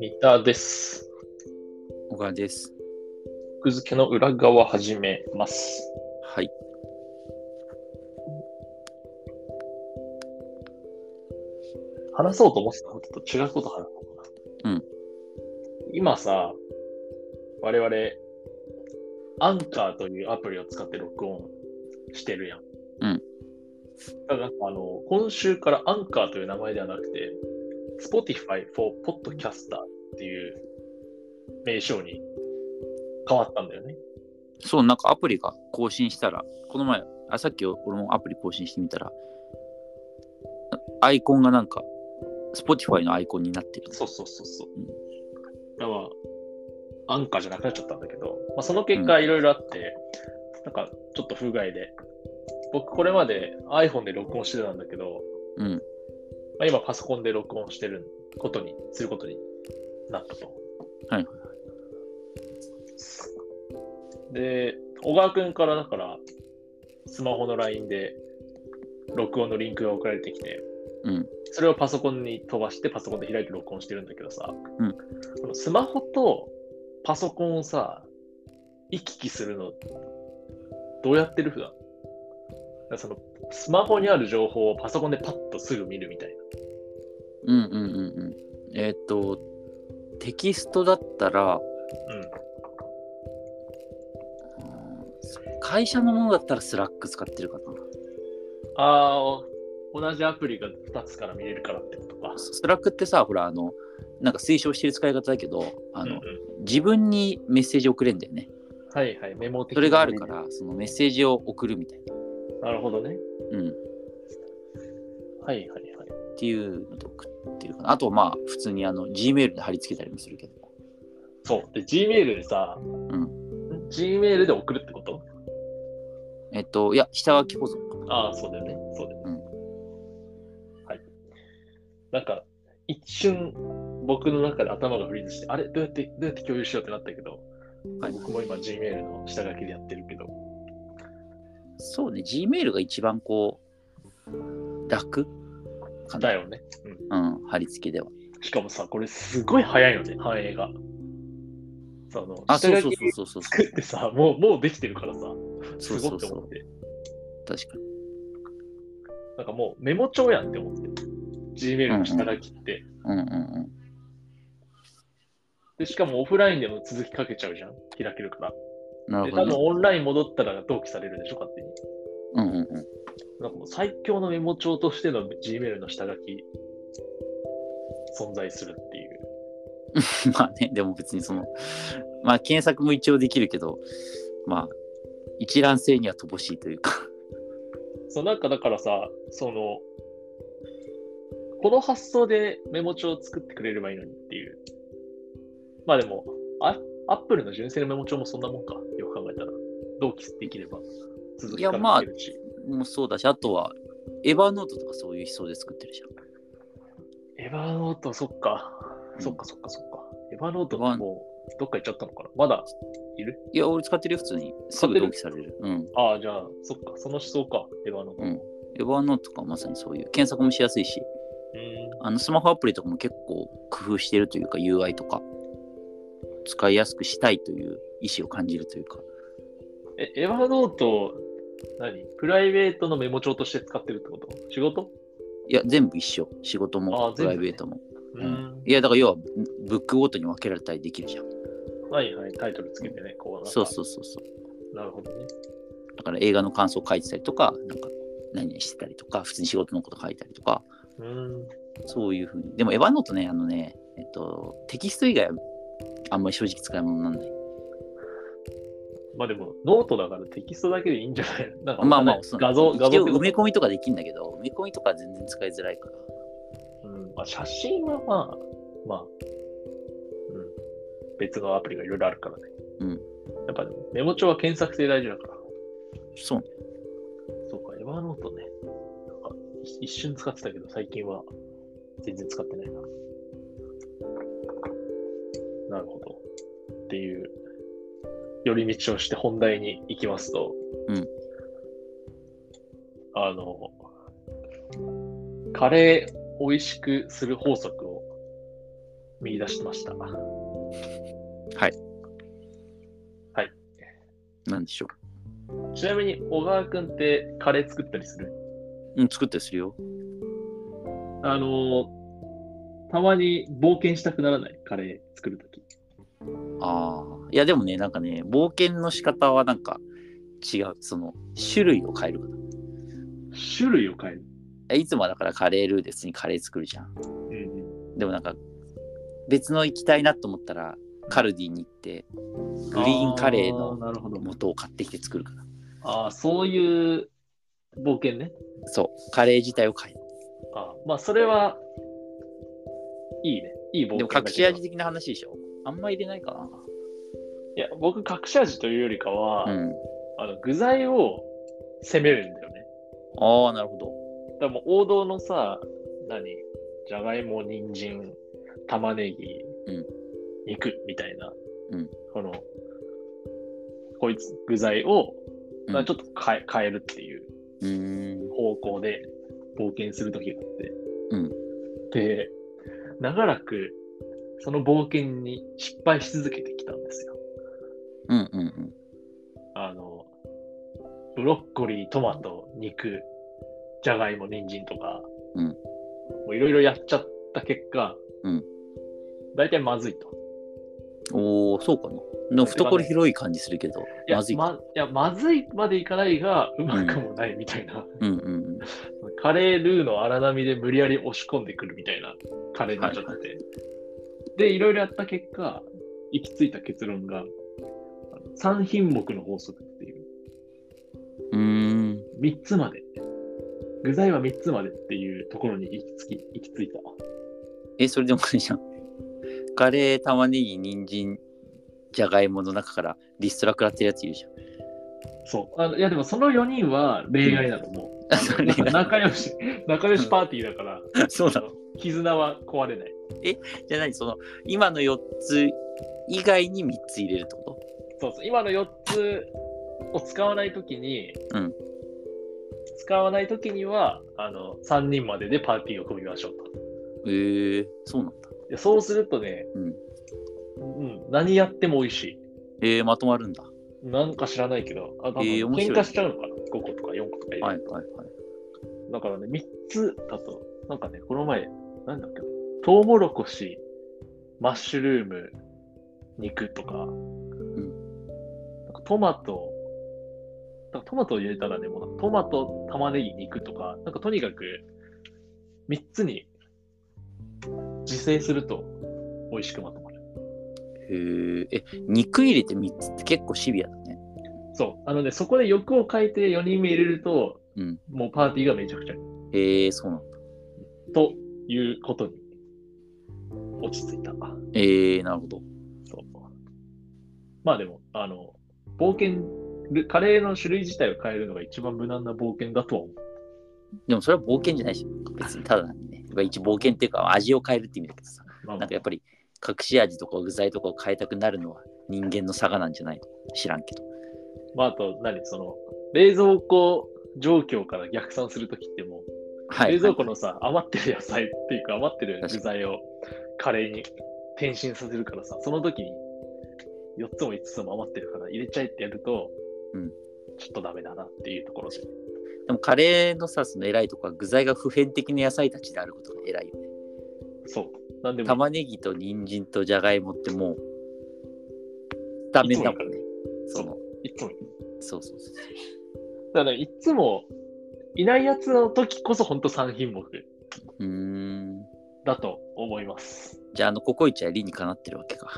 三田です。小川です。奥付けの裏側始めます。はい。話そうと思ってたことと違うこと話そうかな。うん。今さ、我々、アンカーというアプリを使って録音してるやん。うん。だから、あの、今週からアンカーという名前ではなくて、Spotify for Podcaster っていう名称に変わったんだよね。そう、なんかアプリが更新したら、この前、あさっき俺もアプリ更新してみたら、アイコンがなんか、Spotify のアイコンになってる。そうそうそうそうう。だから、アンカーじゃなくなっちゃったんだけど、まあ、その結果いろいろあって、なんかちょっと不具合で、僕これまで iPhone で録音してたんだけど、うん。まあ、今パソコンで録音してることに、することになったと。。はいはいはいで、小川くんからだから、スマホの LINE で録音のリンクが送られてきて、うん。それをパソコンに飛ばして、パソコンで開いて録音してるんだけどさ、うんこのスマホとパソコンをさ、行き来するの、どうやってる普段だからそのスマホにある情報をパソコンでパッとすぐ見るみたいうんうんうんうん。えーっ、と、テキストだったら、な。うん。うん会社のものだったらスラック使ってるかな。ああ、同じアプリが2つから見れるからってことか。スラックってさ、ほら、あの、なんか推奨してる使い方だけど、あうんうの、ん自分にメッセージ送れんだよね。はいはい、メモ的それがあるか。ら、そのメッセージを送るみたいな。なるほどね。うん。はいはいはい。っていうので送ってるかな。あと、まあ、普通にあの Gmail で貼り付けたりもするけど。そう。で、Gmail でさ、Gmail で送るってことえっと、いや、下書き保存かな。ああ、そうだよね。そうだよね。はい。なんか、一瞬、僕の中で頭がフリーズして、あれどうやって、どうやって共有しようってなったけど、はい僕も今 Gmail の下書きでやってるけど、そうね、Gmail が一番こう、楽かな。だよね。うん、貼り付けでは。しかもさ、これすごい早いよね、反映が。その、あ、そう下そ書うきそうそうそ作ってさ、もう、もうできてるからさ、う。そすうごそっうてそ思っう。て。確かに。なんかもうメモ帳やんって思って。Gmail の下書きって。うんうんうん。で、しかもオフラインでも続きかけちゃうじゃん。開けるから。なで、る多ほ分ど、ね。オンライン戻ったら同期されるでしょ、勝手に。うんうんうん。なんかもう最強のメモ帳としての Gmail の下書き、存在するっていう。 まあね、でも別にその、まあ検索も一応できるけど、まあ、一覧性には乏しいというか。 そう、なんかだからさ、その、この発想でメモ帳を作ってくれればいいのにっていう。まあでも、あアップルの純正のメモ帳もそんなもんか。よく考えたら。同期できれば続きからできるし。もうそうだし、あとは、エヴァーノートとかそういう思想で作ってるじゃん。エヴァノート、そっか。うんそっかそっかそっか。エヴァノートってもう、どっか行っちゃったのかなまだ、いや、俺使ってるよ、普通に。すぐ同期される。うん。ああ、じゃあ、そっか、その思想か、エヴァノート。うんエヴァーノートとかまさにそういう。検索もしやすいし、うんあのスマホアプリとかも結構工夫してるというか、UI とか、使いやすくしたいという意思を感じるというか。え、エヴァノート、何プライベートのメモ帳として使ってるってこと仕事いや、全部一緒。仕事あもープ全部ラねイベートも。ううんん。いや、だから要は、ブックごとに分けられたりできるじゃん。はいはい、タイトルつけてね、こうなんか。そうそうそうそう。なるほどね。だから映画の感想書いてたりとか、なんか、何々してたりとか、普通に仕事のこと書いたりとか、うん。そういうふうに。でも、エヴァノートね、あのね、えっと、テキスト以外はあんまり正直使い物になんない。まあでも、ノートだからテキストだけでいいんじゃないなんか、まあまあ、そう画像、画像一応埋めってこ込みとかできるんだけど、埋め込みとか全然使いづらいから。とうん。まあ、写真はまあ、まあ、うん。別のアプリがいろいろあるからね。うんやっぱ、メモ帳は検索性大事だから。そうね。そうか、エヴァノートね。なんかい一瞬使ってたけど、最近は全然使ってないな。なるほど。っていう、寄り道をして本題に行きますと、うんあの、カレー美味しくする法則を見出してました。なんでしょちなみに、小川くんってカレー作ったりするう。うん、作ったりするよ。あのーたまに冒険したくならないカレー作るとき。ああ。いや、でもね、なんかね、冒険の仕方はなんか違う。その、種類を変えるか種類を変える。ら。いつもはだからカレールーですにカレー作るじゃん。うんでもなんか、別の行きたいなと思ったら、カルディに行って、グリーンカレーのなるほど。元を買ってきて作るから。ああ、そういう冒険ね。そう。カレー自体を変える。あーまあ、それは、いいね。いい冒険でもだけど隠し味的な話でしょ。あんま入れないかいや、僕、隠し味というよりかは、な。うん。あの具材を攻めるんだよね。ああ、なるほど。だからもう王道のさ、何じゃがいも、人参、玉ねぎ、うん肉みたいな、うんこの、こいつ、具材を、うんまあちょっと変え変えるっていううーん。方向で冒険するときがあって。うんで、長らく、その冒険に失敗し続けてきたんですよ。うんうんうん。あの、ブロッコリー、トマト、肉、じゃがいも、人参とか、うんもういろいろやっちゃった結果、うん大体まずいと。おお、そうかな。でも懐広い感じするけど、いやまずいか。まいやまずいまでいかないが、うまくもないみたいな、うんうんうん。カレールーの荒波で無理やり押し込んでくるみたいなカレーになっちゃってて、で、いろいろやった結果、行き着いた結論が、3品目の法則っていう。うーん。 3つまで。具材は3つまでっていうところに行き着き、行き着いた。え、それでもあれじゃん。カレー、玉ねぎ、人参、じゃがいもの中からリストラ食らってるやついるじゃん。そう。あのいや、でもその4人は例外だと思う。あそれなんか 仲良し、仲良しパーティーだから、 そうだ。絆は壊れない。じゃあ何その、今の4つ以外に3つ入れるってこそうそう。今の4つを使わないときに、うん使わないときには、あの、3人まででパーティーを組みましょうと。とへえー、そうなんだ。でそうするとね、うん。うん、何やっても美味しい。えー、まとまるんだ。はなんか知らないけど、あ、多分えー面白い喧嘩しちゃうのかな ?5 個とか4個とか入れいるとはいはい。だからね、3つだと、なんかね、この前、なんだっけ、トウモロコシ、マッシュルーム、肉とか、なんかトマト、だからトマトを入れたらね、もうトマト、玉ねぎ、肉とか、なんかとにかく、3つに自制すると美味しくまとまる。へーえ、肉入れて3つって結構シビアだね。そう。あのね、そこで欲を変えて4人目入れると、うんもうパーティーがめちゃくちゃいいへえー、そうなんだ。ということに落ち着いた。えー、なるほど。そう。まあでも、あの、冒険、ルカレーの種類自体を変えるのが一番無難な冒険だとは思う。でもそれは冒険じゃないし、別にただなんでね。やっぱ一冒険っていうか、味を変えるって意味だけどさ。まあまなあんかやっぱり隠し味とか具材とかを変えたくなるのは人間の差がなんじゃないの知らんけど。まあ、あと何、その、冷蔵庫状況から逆算するときってもう、はい。冷蔵庫のさ、余ってる野菜っていうか、余ってる具材をカレーに転身させるからさ、その時に4つも5つも余ってるから入れちゃえってやると、うんちょっとダメだなっていうところで。でもカレーのさ、その偉いとこは具材が普遍的な野菜たちであることが偉いよね。そう。なんでも、玉ねぎと人参とじゃがいもってもう、スタメンだもんね。その、いつもそうそうそう。だからいつもいないやつの時こそ本当3品目うーん。だと思います。じゃあ、あの、ココイチは理にかなってるわけか。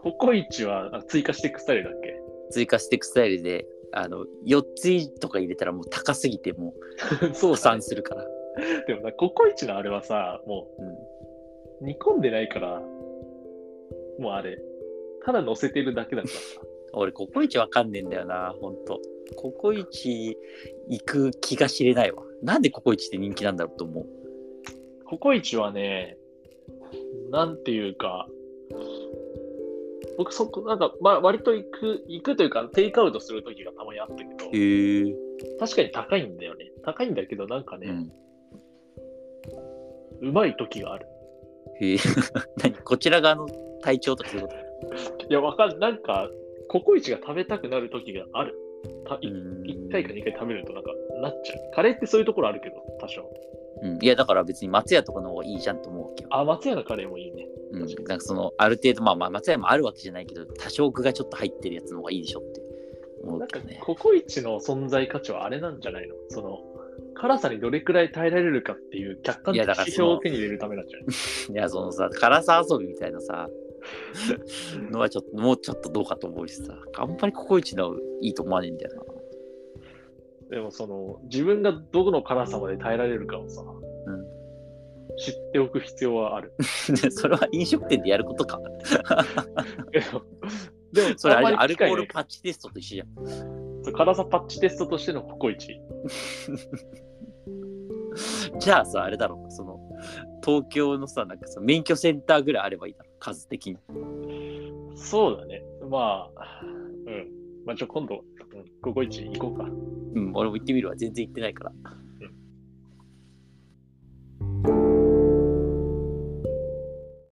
ココイチはあ追加していくスタイルだっけ追加していくスタイルで、あの、4つとか入れたらもう高すぎてもう、 そ破産するから。でもな、ココイチのあれはさ、もうんう煮込んでないから、もうあれ、ただ乗せてるだけだからさ。俺ココイチわかんねえんだよなほんとココイチ行く気が知れないわなんでココイチって人気なんだろうと思うココイチはね、なんていうか、僕そこ、なんか、ま、割と行く、行くというか、テイクアウトする時がたまにあったけど、へえ確かに高いんだよね。高いんだけど、なんかね、うんうまい時がある。へえ 何こちら側の体調とかそういうこといや、わかんなんか、ココイチが食べたくなる時がある。たい1回か2回食べるとなんか、なっちゃう。カレーってそういうところあるけど、多少。うん、いやだから別に松屋とかの方がいいじゃんと思うわけよ。あ、松屋のカレーもいいね。うん、なんかそのある程度、まあ、まあ松屋もあるわけじゃないけど多少具がちょっと入ってるやつの方がいいでしょって思なうんけかどね。ココイチの存在価値はあれなんじゃないのその辛さにどれくらい耐えられるかっていう客観い的やだから指標を手に入れるためなんじゃないいやそのさ辛さ遊びみたいなさのはちょっともうちょっとどうかと思うしさあんまりココイチのいいと思わねえんだよでもその自分がどこの辛さまで耐えられるかをさ、ん知っておく必要はあ る。な。それは飲食店でやることか。でもでもそれあれんまアりル機コ会ーないルパッチテストと一緒じゃん。そう辛さパッチテストとしてのココイチ。じゃあさあれだろその東京のさなんかさ免許センターぐらいあればいいだろ数的に。そうだね。まあ、うん。まあ、ちょ、今度、うんココイチ行こうか。うん俺も行ってみるわ全然行ってないから。